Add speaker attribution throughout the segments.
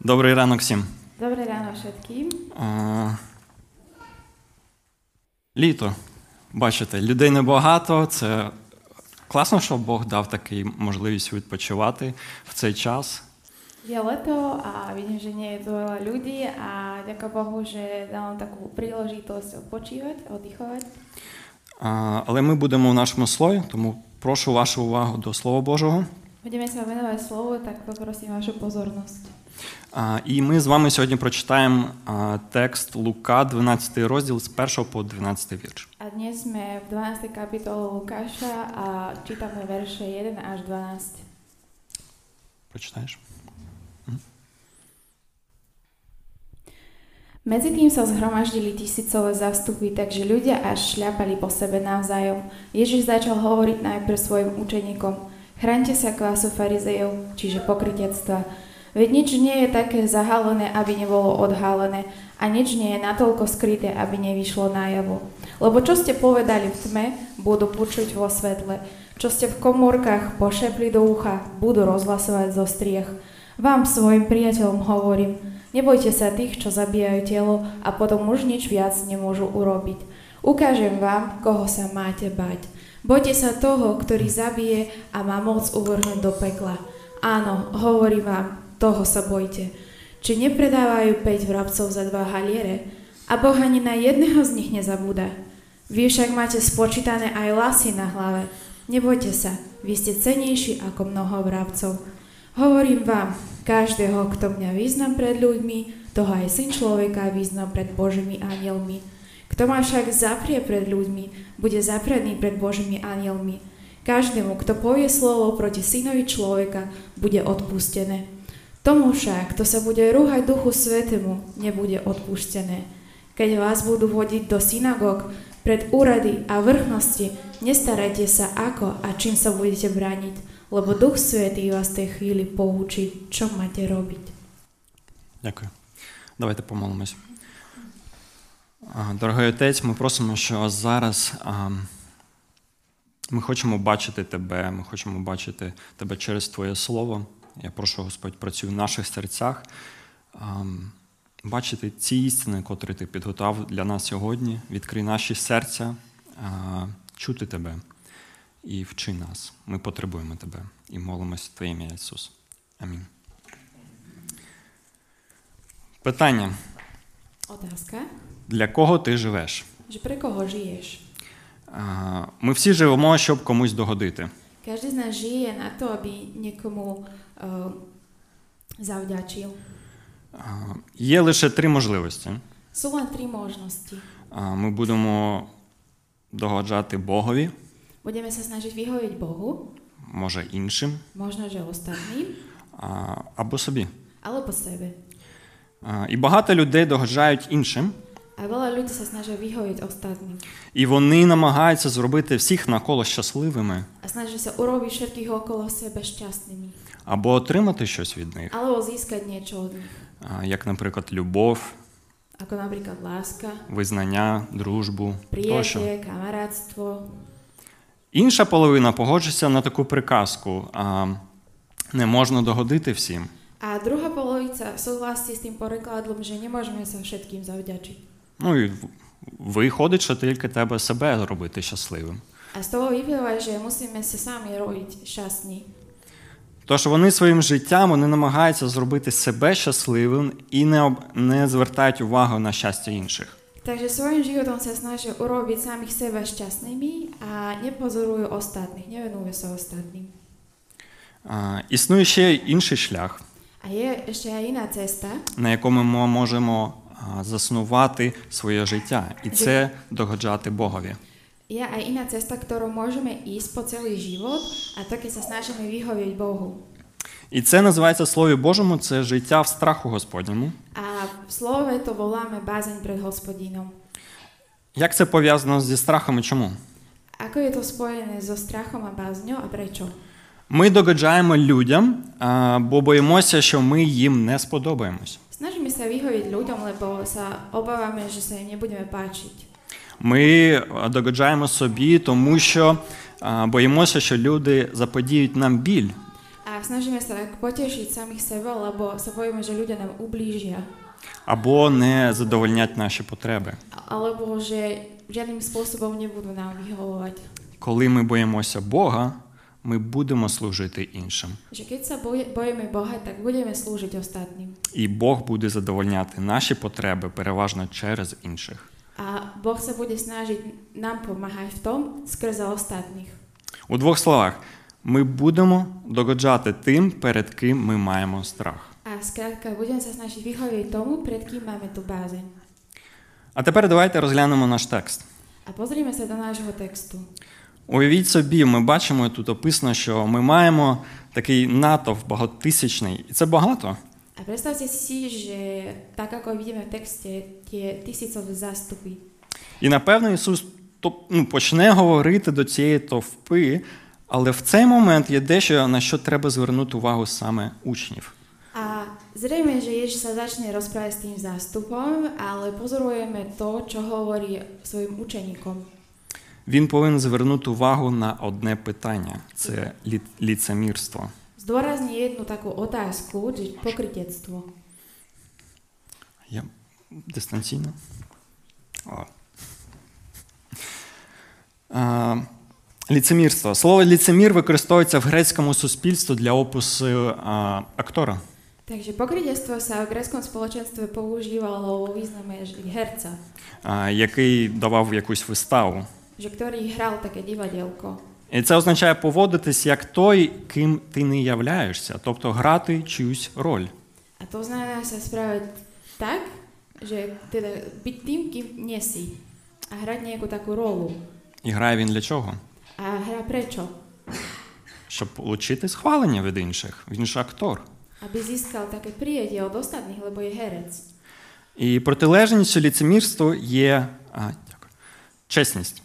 Speaker 1: Добрий ранок всім.
Speaker 2: Добрий ранок, швидкі.
Speaker 1: Е, Літо. Бачите, людей небагато. Це класно, що Бог дав такий можливість відпочивати в цей час.
Speaker 2: Є лето, а він вже не довела людей, а дяка Богу, що дав таку прилежитость відпочивати, віддихувати.
Speaker 1: Е, Але ми будемо в нашому слої, тому прошу вашу увагу до Слова Божого.
Speaker 2: Будемо се виновати слово, так попросимо вашу позорність.
Speaker 1: Е, І ми з вами сьогодні прочитаємо е, текст Лука, 12 розділ з 1 по 12 вірш.
Speaker 2: A dnes sme v 12. kapitole Lukáša a čítame verše 1 až 12.
Speaker 1: Прочитаєш?
Speaker 2: Medzi tým sa zhromaždili tisícové zástupy, takže ľudia až šľapali po sebe navzájom. Ježiš začal hovoriť najprv svojim učeníkom. Chráňte sa kvásu farizejov, čiže pokrytectva. Veď nič nie je také zahalené, aby nebolo odhalené, a nič nie je natoľko skryté, aby nevyšlo najavo. Lebo čo ste povedali v tme, budú počuť vo svetle. Čo ste v komórkach pošepli do ucha, budú rozhlasovať zo striech. Vám svojim priateľom hovorím, nebojte sa tých, čo zabíjajú telo a potom už nič viac nemôžu urobiť. Ukážem vám, koho sa máte bať. Bojte sa toho, ktorý zabije a má moc uvrhnúť do pekla. Áno, hovorím vám, toho sa bojte. Či nepredávajú 5 vrabcov za dva haliere? A Boh ani na jedného z nich nezabúda. Vy však máte spočítané aj lasy na hlave. Nebojte sa, vy ste cenejší ako mnoho vrabcov. Hovorím vám, každého, kto mňa význam pred ľuďmi, toho aj syn človeka význam pred Božími anielmi. Kto ma však zaprie pred ľuďmi, bude zaprený pred Božími anielmi. Každému, kto povie slovo proti synovi človeka, bude odpustené. Tomu však, kto sa bude rúhať Duchu Svetému, nebude odpustené. Keď vás budú vodiť do synagóg, pred úrady a vrchnosti, nestarajte sa ako a čím sa budete brániť, lebo Duch Svetý vás v tej chvíli poučí, čo máte robiť.
Speaker 1: Дякую. Давайте помолимось. А, Дорогий отець, ми просимо, що зараз а, ми хочемо бачити тебе, ми хочемо бачити тебе через Твоє Слово. Я прошу, Господь, працюй в наших серцях, а, бачити ці істини, котрі ти підготував для нас сьогодні. Відкрий наші серця, а, чути тебе і вчи нас. Ми потребуємо тебе і молимось в Твоє ім'я Ісус. Амінь. Питання.
Speaker 2: Otázka,
Speaker 1: Для кого ти живеш?
Speaker 2: že pre koho žiješ?
Speaker 1: А, Ми всі живемо, щоб комусь догодити.
Speaker 2: Každý z nás žije na to, aby niekomu uh, zavďačil.
Speaker 1: А, Є лише три можливості.
Speaker 2: Sú len tri možnosti.
Speaker 1: А, Ми будемо догоджати Богові,
Speaker 2: Budeme sa snažiť vyhovieť Bohu,
Speaker 1: може іншим,
Speaker 2: možno, že ostatným,
Speaker 1: а, або собі.
Speaker 2: alebo sebe.
Speaker 1: А, І багато людей догоджають іншим,
Speaker 2: A veľa ľudí sa snažia vyhovieť ostatným.
Speaker 1: і вони намагаються зробити всіх навколо щасливими
Speaker 2: a snažia sa urobiť všetkých okolo seba šťastnými.
Speaker 1: або отримати щось від них,
Speaker 2: Alebo získať niečo od nich,
Speaker 1: а, як, наприклад, любов,
Speaker 2: ako napríklad láska,
Speaker 1: визнання, дружбу тощо.
Speaker 2: prijatie, kamarátstvo.
Speaker 1: Інша половина погоджується на таку приказку: а, не можна догодити всім.
Speaker 2: A druhá polovica súhlasí s tým prekladom, že nemôžeme sa všetkým zavďačiť.
Speaker 1: Ну і в- виходить, що тільки треба себе робити щасливим.
Speaker 2: A z toho vyplýva, že musíme sa sami robiť šťastní.
Speaker 1: Тож вони своїм життям вони намагаються зробити себе щасливим і не, об... не звертають увагу на щастя інших.
Speaker 2: Takže svojim životom sa snažia urobiť samých seba šťastnými a nepozorujú ostatných, nevenujú sa ostatným.
Speaker 1: А, існує ще й інший шлях,
Speaker 2: A je ešte aj iná cesta,
Speaker 1: на якому ми можемо а, заснувати своє життя, і це догоджати Богові.
Speaker 2: Je aj iná cesta, ktorou môžeme ísť po celý život a to, keď sa snažíme vyhovieť Bohu.
Speaker 1: І це називається в Слові Божому, це життя в страху Господньому.
Speaker 2: A v slove to voláme bázeň pred hospodinom.
Speaker 1: Як це пов'язано зі страхом і чому?
Speaker 2: Ako je to spojené so strachom a bázňou a prečo?
Speaker 1: Ми догоджаємо людям, а, бо боїмося, що ми їм не сподобаємось.
Speaker 2: Snažíme sa vyhovieť ľuďom, lebo sa obávame, že sa im nebudeme páčiť.
Speaker 1: Ми а, догоджаємо е, собі, тому що а, боїмося, що люди заподіють нам біль.
Speaker 2: A A snažíme sa tak potešiť samých seba, lebo sa bojíme, že ľudia nám ublížia.
Speaker 1: або не задовольнять наші потреби.
Speaker 2: Alebo že žiadnym spôsobom nebudú nám vyhovovať.
Speaker 1: Коли ми боїмося Бога, ми будемо служити іншим.
Speaker 2: Že keď sa boj- bojíme Boha, tak budeme slúžiť ostatným.
Speaker 1: І Бог буде задовольняти наші потреби переважно через інших.
Speaker 2: A Boh sa bude snažiť nám pomáhať v tom skrze ostatných.
Speaker 1: У двох словах, ми будемо догоджати тим, перед ким ми маємо страх.
Speaker 2: A skrátka, budem sa snažiť vyhovieť tomu, pred kým máme tú bázeň.
Speaker 1: А тепер давайте розглянемо наш текст.
Speaker 2: A pozrime sa do nášho textu.
Speaker 1: Уявіть собі, ми бачимо тут описано, що ми маємо такий натовп багатотисячний, і це багато.
Speaker 2: A predstavte si, že tak ako vidíme v texte, tie tisícové zástupy.
Speaker 1: І напевно Ісус то, ну, почне говорити до цієї товпи, але в цей момент є дещо, на що треба звернути увагу саме учнів.
Speaker 2: A zrejme, že Ježiš sa začne rozprávať s tým zástupom, ale pozorujeme to, čo hovorí svojim učeníkom.
Speaker 1: Він повинен звернути увагу на одне питання це лі, ліцемірство.
Speaker 2: Zdôrazní jednu takú otázku, že pokritectvo.
Speaker 1: Я дистанційно. О. А, ліцемірство. Слово ліцемір використовується в грецькому суспільстві для опису а, актора.
Speaker 2: Takže pokritectvo sa v gréckom spoločenstve používalo vo význame že herca,
Speaker 1: а, який давав якусь виставу.
Speaker 2: že ktorý hral také divadielko.
Speaker 1: І це означає поводитись як той, ким ти не являєшся, тобто грати чиюсь роль.
Speaker 2: A to znamená sa správať tak, že teda byť tým, kým nie si a hrať nejakú takú rolu.
Speaker 1: І грає він для чого?
Speaker 2: A hra prečo?
Speaker 1: Щоб отримати схвалення від інших. Він ж актор.
Speaker 2: Aby získal také prijedie od ostatných, lebo je herec.
Speaker 1: І протилежністю ліцемірству є а, дякую, чесність.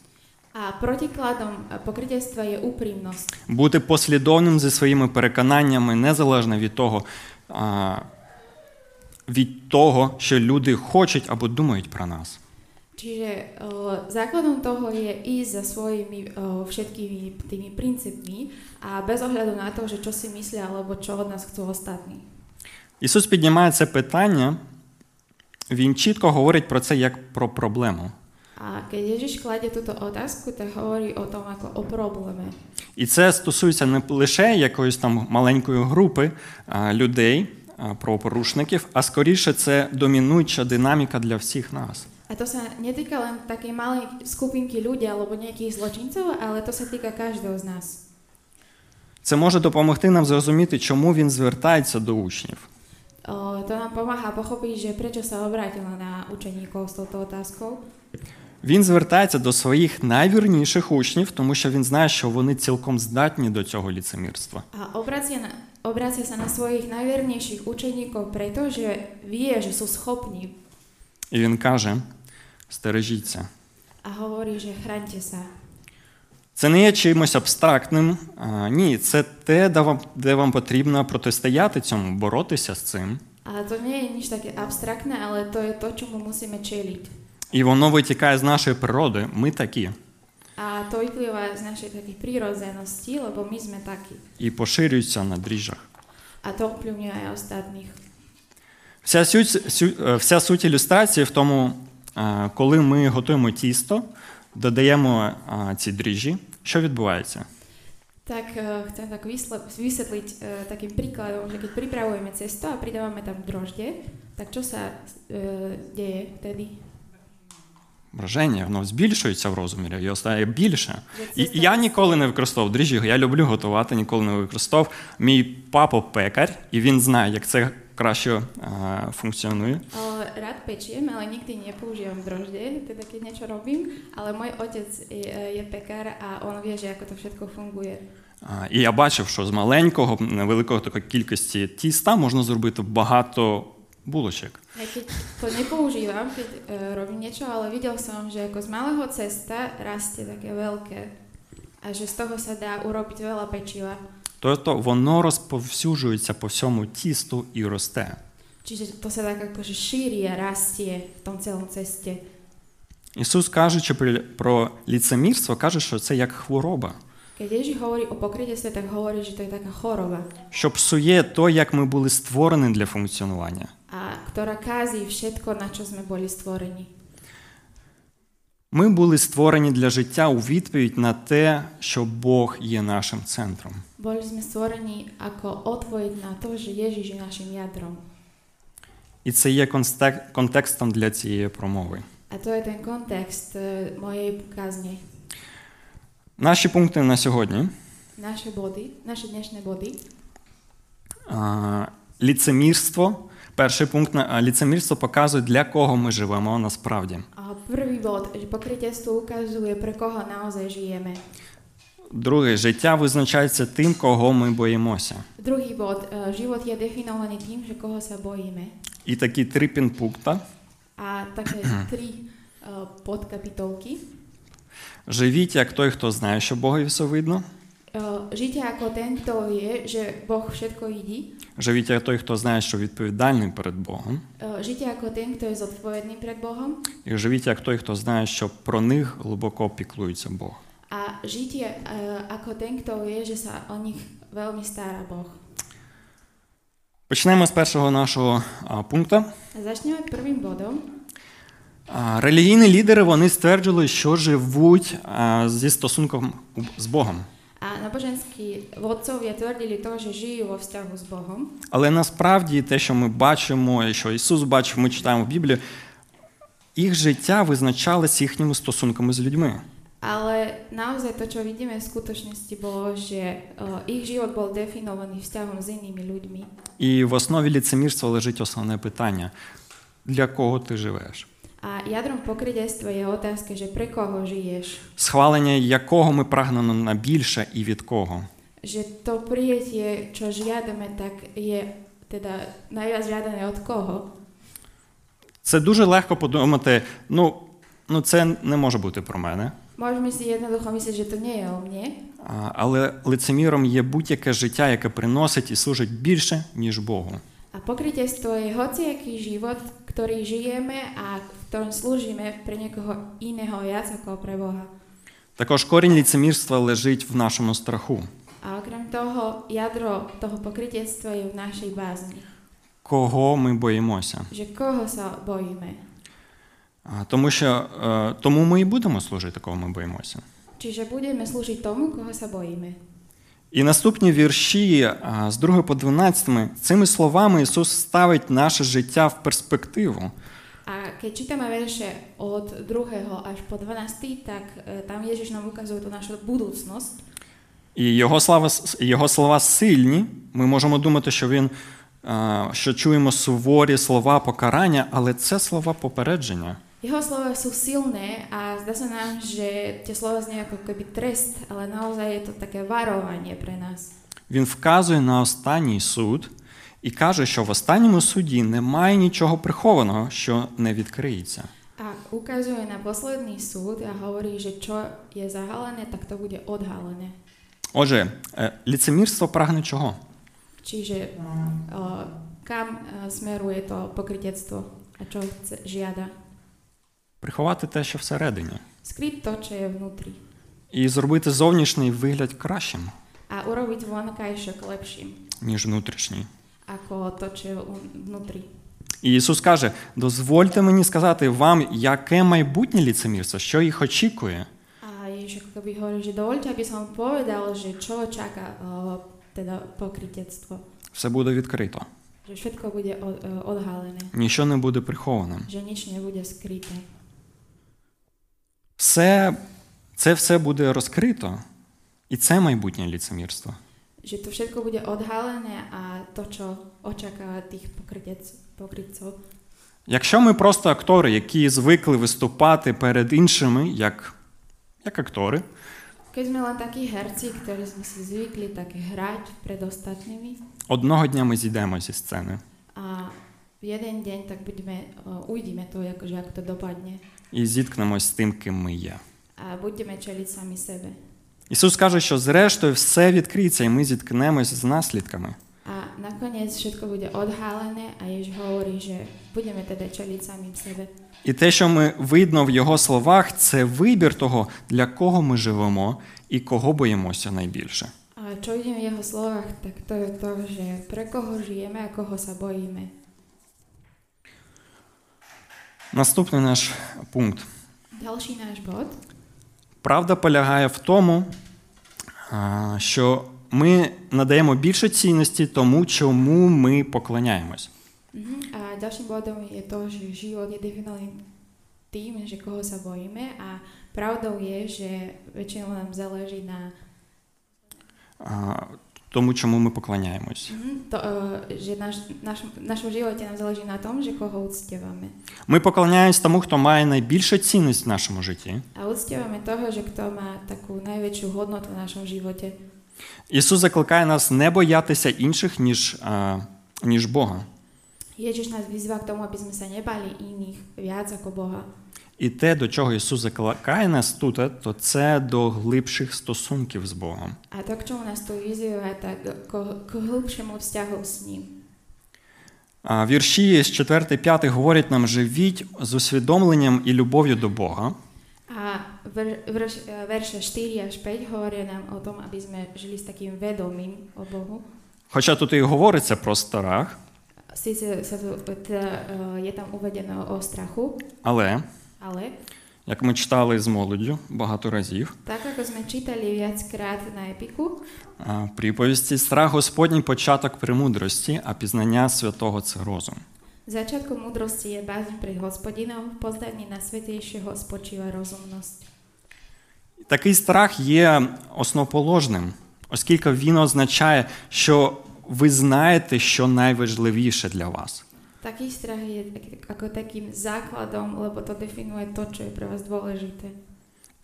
Speaker 2: A protikladom pokritectva je úprimnosť.
Speaker 1: Бути послідовним зі своїми переконаннями, незалежно від того, а, від того, що люди хочуть або думають про нас.
Speaker 2: Čiže eh, základom toho je ísť za svojimi eh, všetkými tými princípmi a bez ohľadu na to, že čo si myslia alebo čo od nás chcú ostatní.
Speaker 1: Ісус піднімає це питання, він чітко говорить про це як про проблему.
Speaker 2: A keď Ježiš kladie túto otázku, tak hovorí o tom ako o probléme.
Speaker 1: І це стосується не лише якоїсь там маленької групи а, людей, а, правопорушників, а скоріше це домінуюча динаміка для всіх нас.
Speaker 2: A to sa netýka len takej malej skupinky ľudí alebo nejakých zločincov, ale to sa týka každého z nás.
Speaker 1: Це може допомогти нам зрозуміти, чому він звертається до учнів.
Speaker 2: O, E, to nám pomáha pochopiť, že prečo sa obrátila na učeníkov s touto otázkou.
Speaker 1: Він звертається до своїх найвірніших учнів, тому що він знає, що вони цілком здатні до цього ліцемірства.
Speaker 2: A obracia, na, obracia sa na svojich najvernejších učeníkov, pretože vie, že sú schopní
Speaker 1: І він каже: стережіться.
Speaker 2: a hovorí, že chraňte sa.
Speaker 1: Це не є чимось абстрактним. А, ні, це те, де вам, де вам потрібно протистояти цьому, боротися з цим.
Speaker 2: A to nie je nič také abstraktné, ale to je to, čomu musíme čeliť.
Speaker 1: І воно витікає з našої природи. Ми такі.
Speaker 2: A to vyplýva z našej takej prírodzenosti, lebo my sme takí.
Speaker 1: І поширюється на дріжджах.
Speaker 2: A to ovplyvňuje aj ostatných.
Speaker 1: Вся суть, сю- е, вся суть ілюстрації в тому, е, коли ми готуємо тісто, додаємо е, ці дріжджі, що відбувається?
Speaker 2: Tak eh, chcem tak vysle- vysvetliť eh, takým príkladom, že keď pripravujeme cesto a pridávame tam drožde, tak čo sa eh, deje vtedy?
Speaker 1: Враження, воно збільшується в розмірі, його стає більше.
Speaker 2: Že
Speaker 1: І
Speaker 2: cesta-
Speaker 1: я ніколи не використовував дріжджі, я люблю готувати, ніколи не використовував. Мій папа пекар, і він знає, як це краще е, функціонує.
Speaker 2: Eh, Rád pečiem, ale nikdy nepoužívam drožde, teda keď niečo robím, ale môj otec je, je pekár a on vie, že ako to všetko funguje.
Speaker 1: А, І я бачив, що з маленького, невеликого такої кількості тіста можна зробити багато булочок.
Speaker 2: Aj keď to nepoužívam, keď eh, robím niečo, ale videl som, že ako z malého cesta rastie také veľké a že z toho sa dá urobiť veľa pečiva.
Speaker 1: Тобто воно розповсюджується по всьому тісту і росте.
Speaker 2: Čiže to sa tak akože šíri a rastie v tom celom ceste.
Speaker 1: Ісус, кажучи при- про ліцемірство, каже, що це як хвороба.
Speaker 2: Keď Ježiš hovorí o pokrytectve, tak hovorí, že to je taká choroba,
Speaker 1: що псує то, як ми були створені для функціонування.
Speaker 2: a ktorá kází všetko, na čo sme boli stvorení.
Speaker 1: Ми були створені для життя у відповідь на те, що Бог є нашим центром.
Speaker 2: Boli sme stvorení ako odpoveď na to, že Ježiš je našim jadrom.
Speaker 1: І це є констек- контекстом для цієї промови.
Speaker 2: A to je ten kontext e, mojej kázne.
Speaker 1: Наші пункти на сьогодні
Speaker 2: Naše body, naše dnešné body.
Speaker 1: А, ліцемірство. Перший пункт на а, ліцемірство показує, для кого ми живемо насправді.
Speaker 2: A prvý bod, že pokrytectvo ukazuje, pre koho naozaj žijeme.
Speaker 1: Друге, життя визначається тим, кого ми боїмося.
Speaker 2: Druhý bod, e, život je definovaný tým, že koho sa bojíme.
Speaker 1: І такі три пінпункта.
Speaker 2: A také tri e, podkapitolky. E,
Speaker 1: Живіть як той, хто знає, що Бога все видно.
Speaker 2: Uh, žite ako ten, kto vie, že Boh všetko vidí.
Speaker 1: Живіть як той, хто знає, що відповідальний перед Богом.
Speaker 2: Uh, žite ako ten, kto je zodpovedný pred Bohom.
Speaker 1: І живіть як той, хто знає, що про них глибоко піклується Бог.
Speaker 2: A žite uh, ako ten, kto vie, že sa o nich veľmi stará Boh.
Speaker 1: Почнемо з першого нашого а, пункту.
Speaker 2: A začneme prvým bodom.
Speaker 1: А, Релігійні лідери вони стверджували, що живуть а, зі стосунком у- з Богом.
Speaker 2: A náboženskí vodcovia tvrdili to, že žijú vo vzťahu s Bohom,
Speaker 1: Але насправді те, що ми бачимо, і що Ісус бачив, ми читаємо в Біблії, їх життя визначалось їхніми стосунками з людьми.
Speaker 2: ale naozaj to, čo vidíme v skutočnosti, bolo, že uh, ich život bol definovaný vzťahom s inými ľuďmi.
Speaker 1: І в основі ліцемірства лежить основне питання: для кого ти живеш?
Speaker 2: A jadrom pokrytectva je otázka, že pre koho žiješ.
Speaker 1: Схвалення якого ми прагнемо на більше і від кого.
Speaker 2: že to prijetie, čo žiadame, tak je teda najviac žiadané od koho.
Speaker 1: Це дуже легко подумати, ну, ну це не може бути про мене.
Speaker 2: Môžeme si jednoducho myslieť, že to nie je o mne,
Speaker 1: А, Але лицеміром є будь-яке життя, яке приносить і служить більше, ніж Богу.
Speaker 2: a pokrytectvo je hociaký život, ktorý žijeme a v ktorom slúžime pre niekoho iného viac ako pre Boha.
Speaker 1: Також корінь ліцемірства лежить в нашому страху.
Speaker 2: A okrem toho, jadro toho pokrytectva je v našej bázni.
Speaker 1: Кого ми боїмося?
Speaker 2: Že koho sa bojíme.
Speaker 1: А, Тому що е, тому ми і будемо служити, кого ми боїмося.
Speaker 2: Čiže budeme slúžiť tomu, koho sa bojíme.
Speaker 1: І наступні вірші а, з 2 по 12 цими словами Ісус ставить наше життя в перспективу.
Speaker 2: A keď čítame verše od 2. až po 12., tak e, tam Ježiš nám ukazuje tú našu budúcnosť.
Speaker 1: І його слава його слова сильні. Ми можемо думати, що він а, що чуємо суворі слова покарання, але це слова попередження.
Speaker 2: Jeho slova sú silné a zdá sa nám, že tie slova znie ako keby trest, ale naozaj je to také varovanie pre nás.
Speaker 1: Він вказує на останній суд і каже, що в останньому суді немає нічого прихованого, що не відкриється.
Speaker 2: A ukazuje na posledný súd a hovorí, že čo je zahalené, tak to bude odhalené.
Speaker 1: Отже, е, ліцемірство прагне чого?
Speaker 2: Čiže o, kam e, smeruje to pokritectvo a čo chce, žiada.
Speaker 1: Приховати те, що всередині,
Speaker 2: Skryť to, čo je vnútri
Speaker 1: і зробити зовнішній вигляд кращим,
Speaker 2: a urobiť vonkajšok lepším.
Speaker 1: ніж внутрішній.
Speaker 2: ako to, čo je un- vnútri.
Speaker 1: І Ісус каже: дозвольте мені сказати вам, яке майбутнє ліцемірство, що їх очікує.
Speaker 2: A Ježiš ako keby hovorí, že dovolte, aby som vám povedal, že čo čaká o, teda pokritectvo.
Speaker 1: Все буде відкрито,
Speaker 2: Že všetko bude o, o, odhalené.
Speaker 1: нічого не буде прихованим.
Speaker 2: Že nič nebude skryté.
Speaker 1: Все, це все буде розкрито, і це майбутнє ліцемірство.
Speaker 2: Že to všetko bude odhalené a to, čo očakáva tých pokrytec, pokrytcov.
Speaker 1: Якщо ми просто актори, які звикли виступати перед іншими як, як актори,
Speaker 2: Keď sme len takí herci, ktorí sme si zvykli tak hrať pred ostatnými
Speaker 1: одного дня ми зійдемо зі сцени.
Speaker 2: a v jeden deň tak budeme, o, uvidíme to, akože ako to dopadne
Speaker 1: і зіткнемось з тим, ким ми є.
Speaker 2: a budeme čeliť sami sebe.
Speaker 1: Ісус каже, що зрештою все відкриється, і ми зіткнемось з наслідками.
Speaker 2: A nakoniec všetko bude odhálené a Ježiš hovorí, že budeme teda čeliť samým sebe.
Speaker 1: І те, що ми видно в його словах, це вибір того, для кого ми живемо і кого боїмося найбільше.
Speaker 2: A čo vidím v jeho slovách, tak to je to, že pre koho žijeme a koho sa bojíme.
Speaker 1: Наступний наш пункт.
Speaker 2: Ďalší náš bod.
Speaker 1: Правда полягає в тому, а, що ми надаємо більше цінності тому, чому ми поклоняємось.
Speaker 2: Mhm. A ďalším bodom je to, že život je definovaný tým, že koho sa bojíme a pravdou je, že väčšinou nám záleží na
Speaker 1: А, Тому, чому ми поклоняємось.
Speaker 2: mhm, to, eh, že naš, naš, v našom živote nám záleží na tom, že koho uctievame.
Speaker 1: Ми поклоняємось тому, хто має найбільшу цінність в нашому житті.
Speaker 2: A uctievame toho, že kto má takú najväčšiu hodnotu v našom živote.
Speaker 1: Ісус закликає нас не боятися інших, ніж, а, ніж Бога.
Speaker 2: Ježiš nás vyzýva k tomu, aby sme sa nebali iných viac ako Boha.
Speaker 1: І те, до чого Ісус закликає нас тут, е, то це до глибших стосунків з Богом.
Speaker 2: A to, k čomu nás tu vyzýva, tak k, k hlbšiemu vzťahu s ním.
Speaker 1: А вірші з 4-5 говорять нам: живіть з усвідомленням і любов'ю до Бога,
Speaker 2: A ver, verš, eh, verše 4 až 5 hovoria nám o tom, aby sme žili s takým vedomím o Bohu.
Speaker 1: Хоча тут і говориться про страх,
Speaker 2: Sice sa tu, teda, eh, je tam uvedeno o strachu,
Speaker 1: але
Speaker 2: ale
Speaker 1: як ми читали з молоддю багато разів,
Speaker 2: tak ako sme čítali viackrát na Epiku,
Speaker 1: а, приповісті страх Господній початок премудрості, а пізнання святого це розум.
Speaker 2: začiatkom múdrosti je bázeň pred hospodinom, v poznaní na svetejšieho spočíva rozumnosť.
Speaker 1: Такий страх є основоположним, оскільки він означає, що ви знаєте, що найважливіше для вас.
Speaker 2: Taký strach je tak- ako takým základom, lebo to definuje to, čo je pre vás dôležité.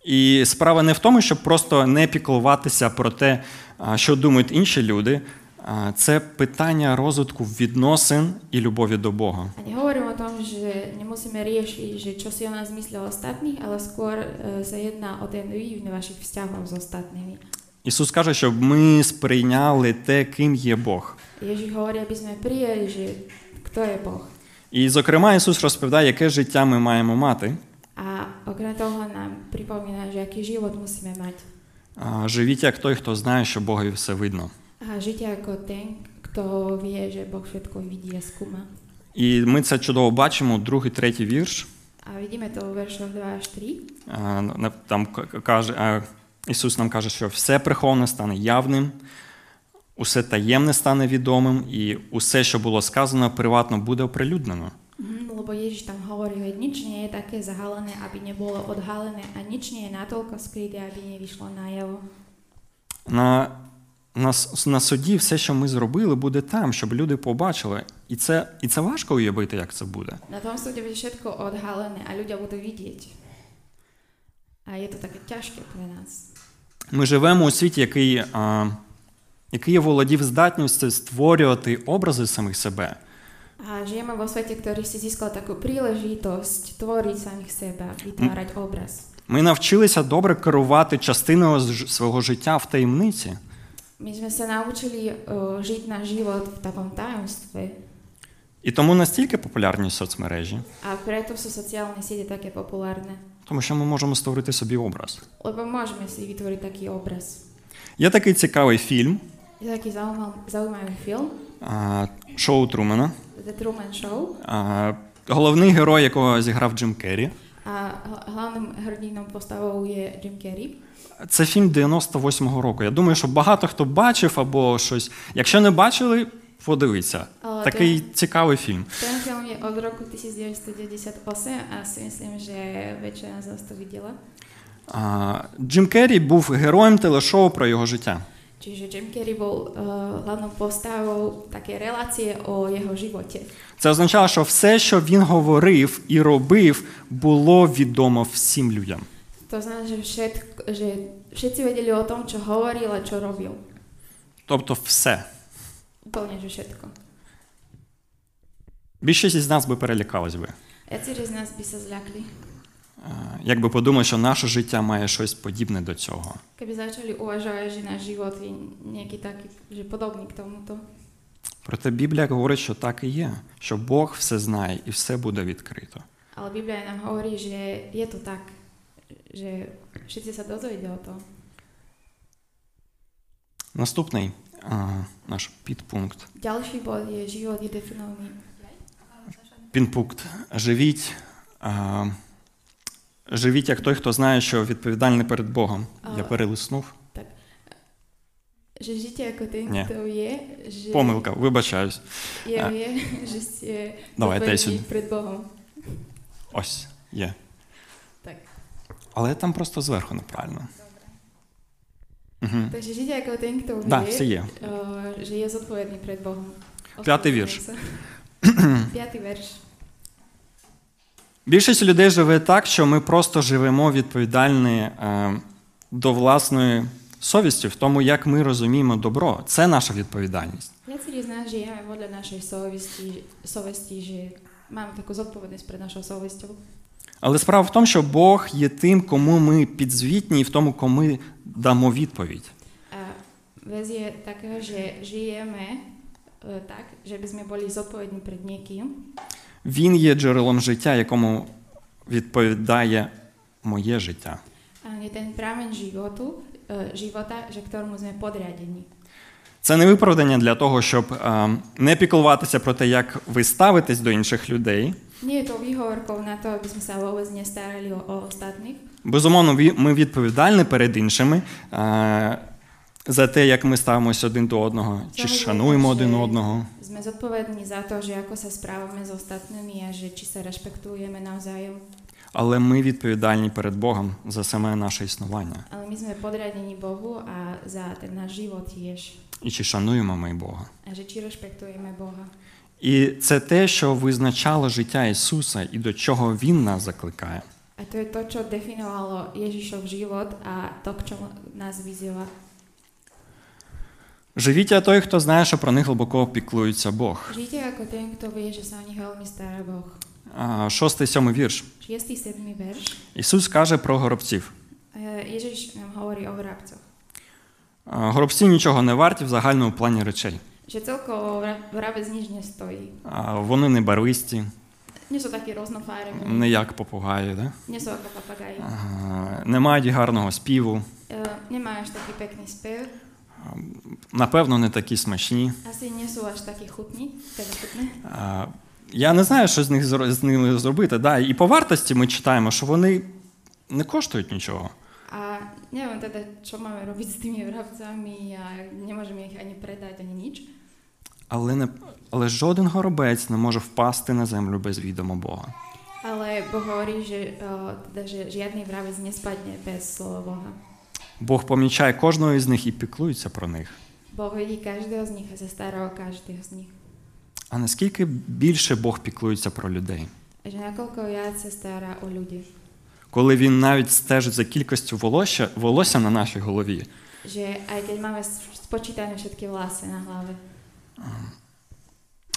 Speaker 1: І справа не в тому, щоб просто не піклуватися про те, а, що думають інші люди. а, Це питання розвитку відносин і любові до Бога.
Speaker 2: A nehovorím o tom, že nemusíme riešiť, že čo si o nás myslia ostatní, ale skôr e, sa jedná o ten vývin vašich vzťahov s ostatnými.
Speaker 1: Ісус каже, щоб ми сприйняли те, ким є Бог.
Speaker 2: Ježiš hovorí, aby sme prijeli, že kto je Boh.
Speaker 1: І, зокрема, Ісус розповідає, яке життя ми маємо мати.
Speaker 2: A okrem toho nám pripomína, že aký život musíme mať.
Speaker 1: А, Живіть як той, хто знає, що Богові все видно.
Speaker 2: A žite ako ten, kto vie, že Boh všetko vidí a skúma.
Speaker 1: І ми це чудово бачимо, другий, третій вірш.
Speaker 2: A vidíme to vo veršoch 2 až 3.
Speaker 1: А, Е, на- Там к- каже, а, Ісус нам каже, що все приховане стане явним, усе таємне стане відомим, і усе, що було сказано приватно, буде оприлюднено.
Speaker 2: Mhm, lebo Ježiš tam hovorí, že nič nie je také zahalené, aby nebolo odhalené a nič nie je natoľko skryté, aby nevyšlo najavo.
Speaker 1: На, на, с- на суді все, що ми зробили, буде там, щоб люди побачили. І це, і це важко уявити, як це буде.
Speaker 2: Na tom súde bude všetko odhalené a ľudia budú vidieť. A je to také ťažké pre nás.
Speaker 1: Ми живемо у світі, який, а, який володів здатністю створювати образи самих себе.
Speaker 2: A žijeme vo svete, ktorý si získal takú príležitosť tvoriť samých seba, vytvárať obraz.
Speaker 1: Ми навчилися добре керувати частиною з- свого життя в таємниці.
Speaker 2: My sme sa naučili uh, žiť náš život v takom tajomstve
Speaker 1: І тому настільки популярні соцмережі,
Speaker 2: a preto sú sociálne siete také populárne,
Speaker 1: тому що ми можемо створити собі образ.
Speaker 2: lebo môžeme si vytvoriť taký obraz.
Speaker 1: Є такий цікавий фільм
Speaker 2: Je taký zaujímavý, zaujímavý film,
Speaker 1: а, шоу Трумена,
Speaker 2: The Truman Show.
Speaker 1: а, головний герой, якого зіграв Джим Керрі.
Speaker 2: A hla- hlavným hrdinom postavou je Jim Carrey.
Speaker 1: Це фільм 98-го року. Я думаю, що багато хто бачив або щось. Якщо не бачили, подивіться.
Speaker 2: Ale
Speaker 1: Такий
Speaker 2: ten,
Speaker 1: цікавий фільм.
Speaker 2: ten film je od roku 1998 a si myslím, že väčšina z nás to videla.
Speaker 1: А, Джим Керрі був героєм телешоу про його життя.
Speaker 2: Čiže Jim Carrey bol uh, hlavnou postavou také relácie o jeho živote.
Speaker 1: Це означало, що все, що він говорив і робив, було відомо всім людям.
Speaker 2: To znamená, že, všetk, že všetci vedeli o tom, čo hovoril a čo robil.
Speaker 1: Тобто, все.
Speaker 2: Úplne, že všetko.
Speaker 1: Більшість із нас би перелякалась би,
Speaker 2: Viacerí z nás by sa zľakli,
Speaker 1: е, якби подумали, що наше життя має щось подібне до цього.
Speaker 2: keby začali uvažovať, že náš život je nejaký taký, že podobný k tomuto.
Speaker 1: Проте Біблія говорить, що так і є, що Бог все знає і все буде відкрито.
Speaker 2: Ale Biblia nám hovorí, že je to tak, že všetci sa dozvedia o tom.
Speaker 1: Наступний а, наш підпункт.
Speaker 2: Ďalší bod je život je definovaný.
Speaker 1: Підпункт. Живіть, а, живіть як той, хто знає, що відповідальний перед Богом. Я
Speaker 2: А.
Speaker 1: перелиснув.
Speaker 2: Že žite ako ten,
Speaker 1: Nie.
Speaker 2: kto je, že
Speaker 1: Помилка, вибачаюсь.
Speaker 2: je,
Speaker 1: A-
Speaker 2: vie, že ste
Speaker 1: Давай, дай
Speaker 2: zodpovední
Speaker 1: сюди.
Speaker 2: pred Bohom.
Speaker 1: Ось є.
Speaker 2: Tak.
Speaker 1: Але там просто зверху неправильно. Угу.
Speaker 2: Takže žite ako ten, kto
Speaker 1: Да,
Speaker 2: vie,
Speaker 1: все є.
Speaker 2: o, že je zodpovedný pred Bohom.
Speaker 1: Piatý verš.
Speaker 2: Ospravedlňujem sa. Piatý verš.
Speaker 1: Більшість людей живе так, що ми просто живемо відповідальні е, до власної совісті в тому, як ми розуміємо добро. Це наша відповідальність.
Speaker 2: Viacerí z nás žijeme podľa našej sovesti, sovesti, že máme takú zodpovednosť pred našou sovesťou.
Speaker 1: Але справа в тому, що Бог є тим, кому ми підзвітні, і в тому, кому ми дамо відповідь.
Speaker 2: A vec je takého, že žijeme e, tak, že by sme boli zodpovední pred niekým.
Speaker 1: Він є джерелом життя, якому відповідає моє життя.
Speaker 2: A on je ten pramen životu, e, života, že ktorému sme podriadení.
Speaker 1: Це не виправдання для того, щоб е, не піклуватися про те, як ви ставитесь до інших людей.
Speaker 2: Nie je to výhovorkou na to, aby sme sa vôbec nestarali o, o ostatných.
Speaker 1: Безумовно, ві- ми відповідальні перед іншими е, за те, як ми ставимося один до одного, чи
Speaker 2: Взагалі,
Speaker 1: шануємо
Speaker 2: що-
Speaker 1: один одного.
Speaker 2: Sme zodpovední za to, že ako sa správame s ostatnými a že či sa rešpektujeme navzájom.
Speaker 1: Але ми відповідальні перед Богом за саме наше існування.
Speaker 2: Ale my sme podriadení Bohu a za ten náš život tiež.
Speaker 1: І чи шануємо ми Бога?
Speaker 2: A že či rešpektujeme Boha.
Speaker 1: І це те, що визначало життя Ісуса і до чого Він нас закликає.
Speaker 2: A to je to, čo definovalo Ježišov život a to, k čomu nás vyzýva.
Speaker 1: Живіть, я той, хто знає, що про них глибоко піклується Бог.
Speaker 2: Žite ako ten, kto vie, že sa o nich veľmi stará Boh.
Speaker 1: А, Е, Шостий, сьомий вірш.
Speaker 2: 6. 7. verš.
Speaker 1: Ісус каже про горобців. Е,
Speaker 2: E, Ježiš nám hovorí o vrabcoch.
Speaker 1: А, Горобці нічого не варті в загальному плані речей.
Speaker 2: Že celkovo vra- vrabec nič nestojí.
Speaker 1: А, Вони не барвисті,
Speaker 2: Nie sú takí roznofárení,
Speaker 1: не як попугаї, да?
Speaker 2: nie sú ako papagaji. E,
Speaker 1: А, не мають гарного співу,
Speaker 2: nemá až taký pekný spev,
Speaker 1: а, напевно, не такі смачні.
Speaker 2: asi nie sú až takí chutní, teda chutné.
Speaker 1: А, Я не знаю, що з них зро- з ними зробити. Да? І по вартості ми читаємо, що вони не коштують нічого.
Speaker 2: A neviem teda, čo máme robiť s tými vrabcami a nemôžeme ich ani predať, ani nič.
Speaker 1: Але, не, але жоден горобець не може впасти на землю без відома Бога.
Speaker 2: Ale Boh hovorí, že, o, teda, že žiadny vrabec nespadne bez slova Boha.
Speaker 1: Бог помічає кожного із них і піклується про них.
Speaker 2: Boh vidí každého z nich a sa stará o každého z nich.
Speaker 1: А наскільки більше Бог піклується про людей,
Speaker 2: A Že nakoľko viac sa stará o ľudí.
Speaker 1: коли він навіть стежить за кількістю волосся, волосся на нашій голові,
Speaker 2: Že aj keď máme s- spočítané všetky vlasy na hlave,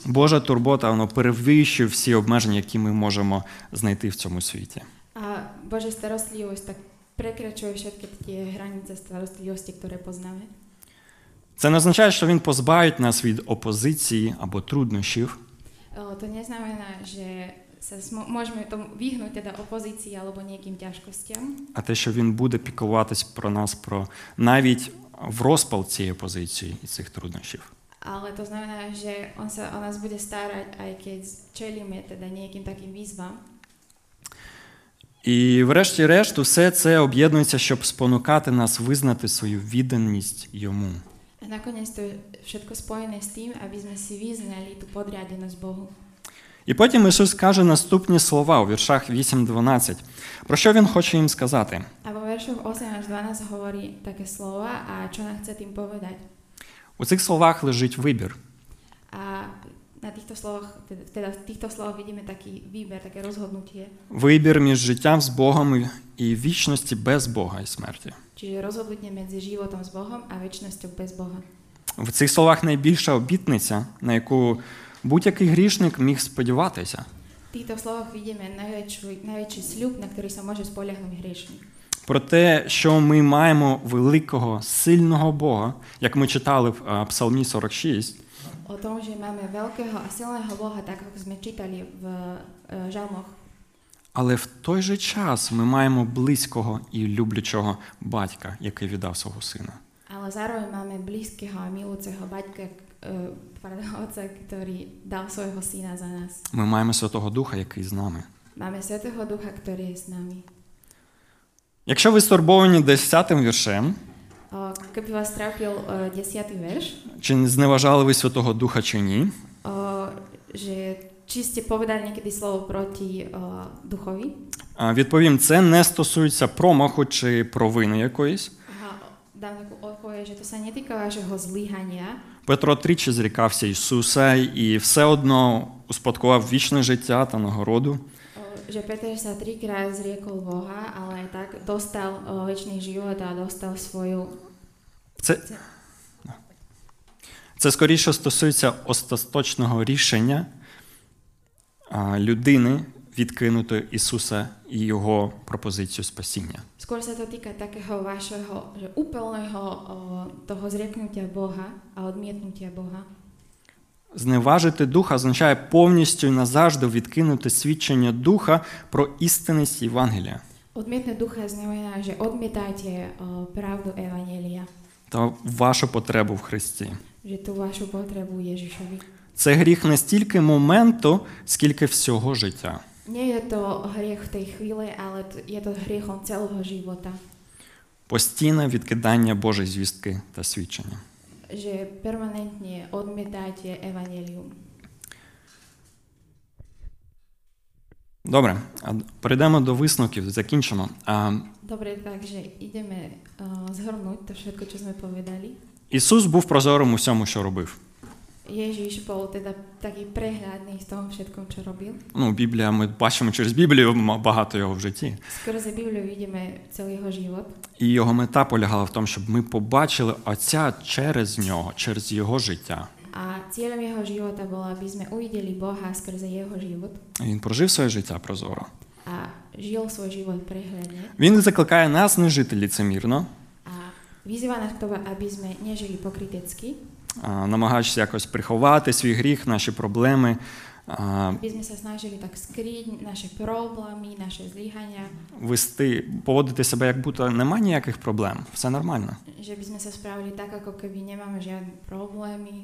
Speaker 1: Божа турбота воно перевищує всі обмеження, які ми можемо знайти в цьому світі.
Speaker 2: a Bože starostlivosť tak prekračuje všetky tie hranice starostlivosti, ktoré poznáme. E,
Speaker 1: Це не означає, що він позбавить нас від опозиції або труднощів,
Speaker 2: O, to neznamená, že sa smo- môžeme tomu vyhnúť teda opozícii alebo nejakým ťažkostiam,
Speaker 1: а те, що він буде піклуватись про нас про навіть в розпал цієї опозиції і цих труднощів.
Speaker 2: ale to znamená, že on sa o nás bude starať, aj keď čelíme teda nejakým takým výzvam.
Speaker 1: І, врешті-решт, усе це об'єднується, щоб спонукати нас визнати свою відданість йому.
Speaker 2: A nakoniec to je všetko spojené s tým, aby sme si vyznali tú podriadenosť Bohu.
Speaker 1: І потім Ісус каже наступні слова у віршах 8-12. Про що Він хоче їм сказати?
Speaker 2: A vo veršoch 8 až 12 hovorí také slova a čo nám chce tým povedať.
Speaker 1: У цих словах лежить вибір.
Speaker 2: A na týchto slovoch, teda- teda v týchto slovoch vidíme taký výber, také rozhodnutie.
Speaker 1: Вибір між життям з Богом і- і вічності bez Бога і смерті.
Speaker 2: Čiže rozhodnutie medzi životom s Bohom a väčšnosťou bez Boha.
Speaker 1: В цих словах найбільша обітниця, на яку будь-який грішник міг сподіватися.
Speaker 2: V týchto slovoch vidíme najväčší, najväčší sľub, na ktorý sa môže spoliahnuť hriešnik.
Speaker 1: Про те, що ми маємо великого, сильного Бога, як ми читали в е, Псалмі 46,
Speaker 2: o tom, že máme veľkého a silného Boha, tak ako sme čítali v e, žalmoch.
Speaker 1: Але в той же час ми маємо близького і люблячого батька, який віддав свого сина.
Speaker 2: Ale zároveň máme blízkeho a milúceho baťka, k- e, pardon, otca, ktorý dal svojho syna za nás.
Speaker 1: Ми маємо Святого Духа, який з нами.
Speaker 2: Máme Svetého Ducha, ktorý je s nami.
Speaker 1: Якщо ви стурбовані десятим віршем,
Speaker 2: O, keby vás trápil e, desiatý verš,
Speaker 1: чи не зневажали ви Святого Духа чи ні,
Speaker 2: o, že či ste povedali niekedy slovo proti o, duchovi,
Speaker 1: а, відповім, це не стосується промаху чи провини якоїсь.
Speaker 2: Aha, dám takú odpoveď, že to sa netýka vášho zlyhania,
Speaker 1: Петро тричі зрікався Ісуса і все одно успадкував вічне життя та нагороду.
Speaker 2: o, že Peter sa trikrát zriekol Boha, ale aj tak dostal o, väčší život a dostal svoju...
Speaker 1: Це, це скоріше стосується остаточного рішення а, людини відкинути Ісуса і Його пропозицію спасіння.
Speaker 2: Skôr sa to týka takého vašeho že úplného o, toho zrieknutia Boha a odmietnutia Boha.
Speaker 1: Зневажити духа означає повністю і назавжди відкинути свідчення духа про істинність Євангелія
Speaker 2: Odmietnúť ducha znamená, že odmietajte o, pravdu Evanielia,
Speaker 1: та вашу потребу в Христі.
Speaker 2: že tú vašu potrebu Ježišovi.
Speaker 1: Це гріх не стільки моменту, скільки всього життя.
Speaker 2: Nie je to hriech v tej chvíli, ale t- je to hriechom celého života.
Speaker 1: Постійне відкидання Божої звістки та свідчення.
Speaker 2: že permanentne odmietajte evanelium.
Speaker 1: Добре, а перейдемо до висновків, закінчимо. А,
Speaker 2: Dobre, takže ideme uh, zhrnúť to všetko, čo sme povedali.
Speaker 1: Ісус був прозорим у всьому, що робив.
Speaker 2: Ježiš bol teda taký prehľadný v tom všetkom, čo robil.
Speaker 1: Ну, Біблія, ми бачимо через Біблію м- багато його в житті.
Speaker 2: Skrze Bibliu vidíme celý jeho život
Speaker 1: І його мета полягала в тому, щоб ми побачили Отця через нього, через його життя.
Speaker 2: a cieľom jeho života bolo, aby sme uvideli Boha skrze jeho život
Speaker 1: Він прожив своє життя прозоро.
Speaker 2: a žil svoj život prehľadne
Speaker 1: Він закликає нас не жити ліцемірно,
Speaker 2: a vyzýva nás k tomu, aby sme nežili pokrytecky,
Speaker 1: а, намагаючись якось приховати свій гріх, наші проблеми, а,
Speaker 2: aby sme sa snažili tak skryť naše problémy, naše zlyhania,
Speaker 1: вести, поводити себе, як будто нема ніяких проблем, все нормально.
Speaker 2: že by sme sa spravili tak, ako keby nemáme žiadne problémy,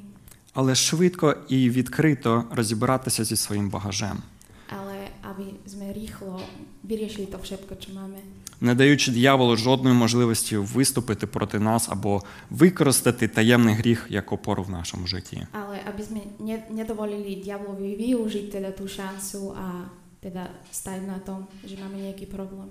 Speaker 1: Але швидко і відкрито розібратися зі своїм багажем,
Speaker 2: ale aby sme rýchlo vyriešili to všetko, čo máme.
Speaker 1: не даючи дияволу жодної можливості виступити проти нас або використати таємний гріх як опору в нашому житті.
Speaker 2: Ale aby sme ne- nedovolili diablovi využiť teda tú šancu a teda stať na tom, že máme nejaký problém.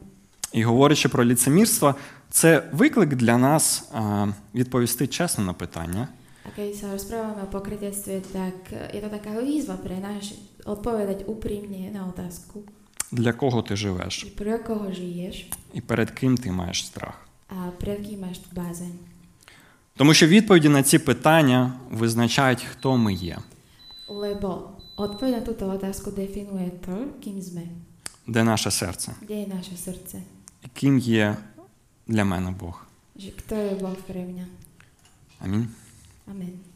Speaker 1: І говорячи про ліцемірство, це виклик для нас а, відповісти чесно на питання,
Speaker 2: A keď sa rozprávame o pokrytectve, tak eh, je to taká výzva pre nás odpovedať úprimne na otázku,
Speaker 1: для кого ти живеш
Speaker 2: že pre koho žiješ
Speaker 1: і перед ким ти маєш страх.
Speaker 2: a pre kým máš tú bázeň.
Speaker 1: Тому що відповіді на ці питання визначають, хто ми є,
Speaker 2: Lebo odpoveď na túto otázku definuje to, kým sme.
Speaker 1: де наше серце,
Speaker 2: Kde je naše srdce?
Speaker 1: і ким є для мене Бог.
Speaker 2: Že kto je Boh pre mňa?
Speaker 1: Амінь.
Speaker 2: Amen.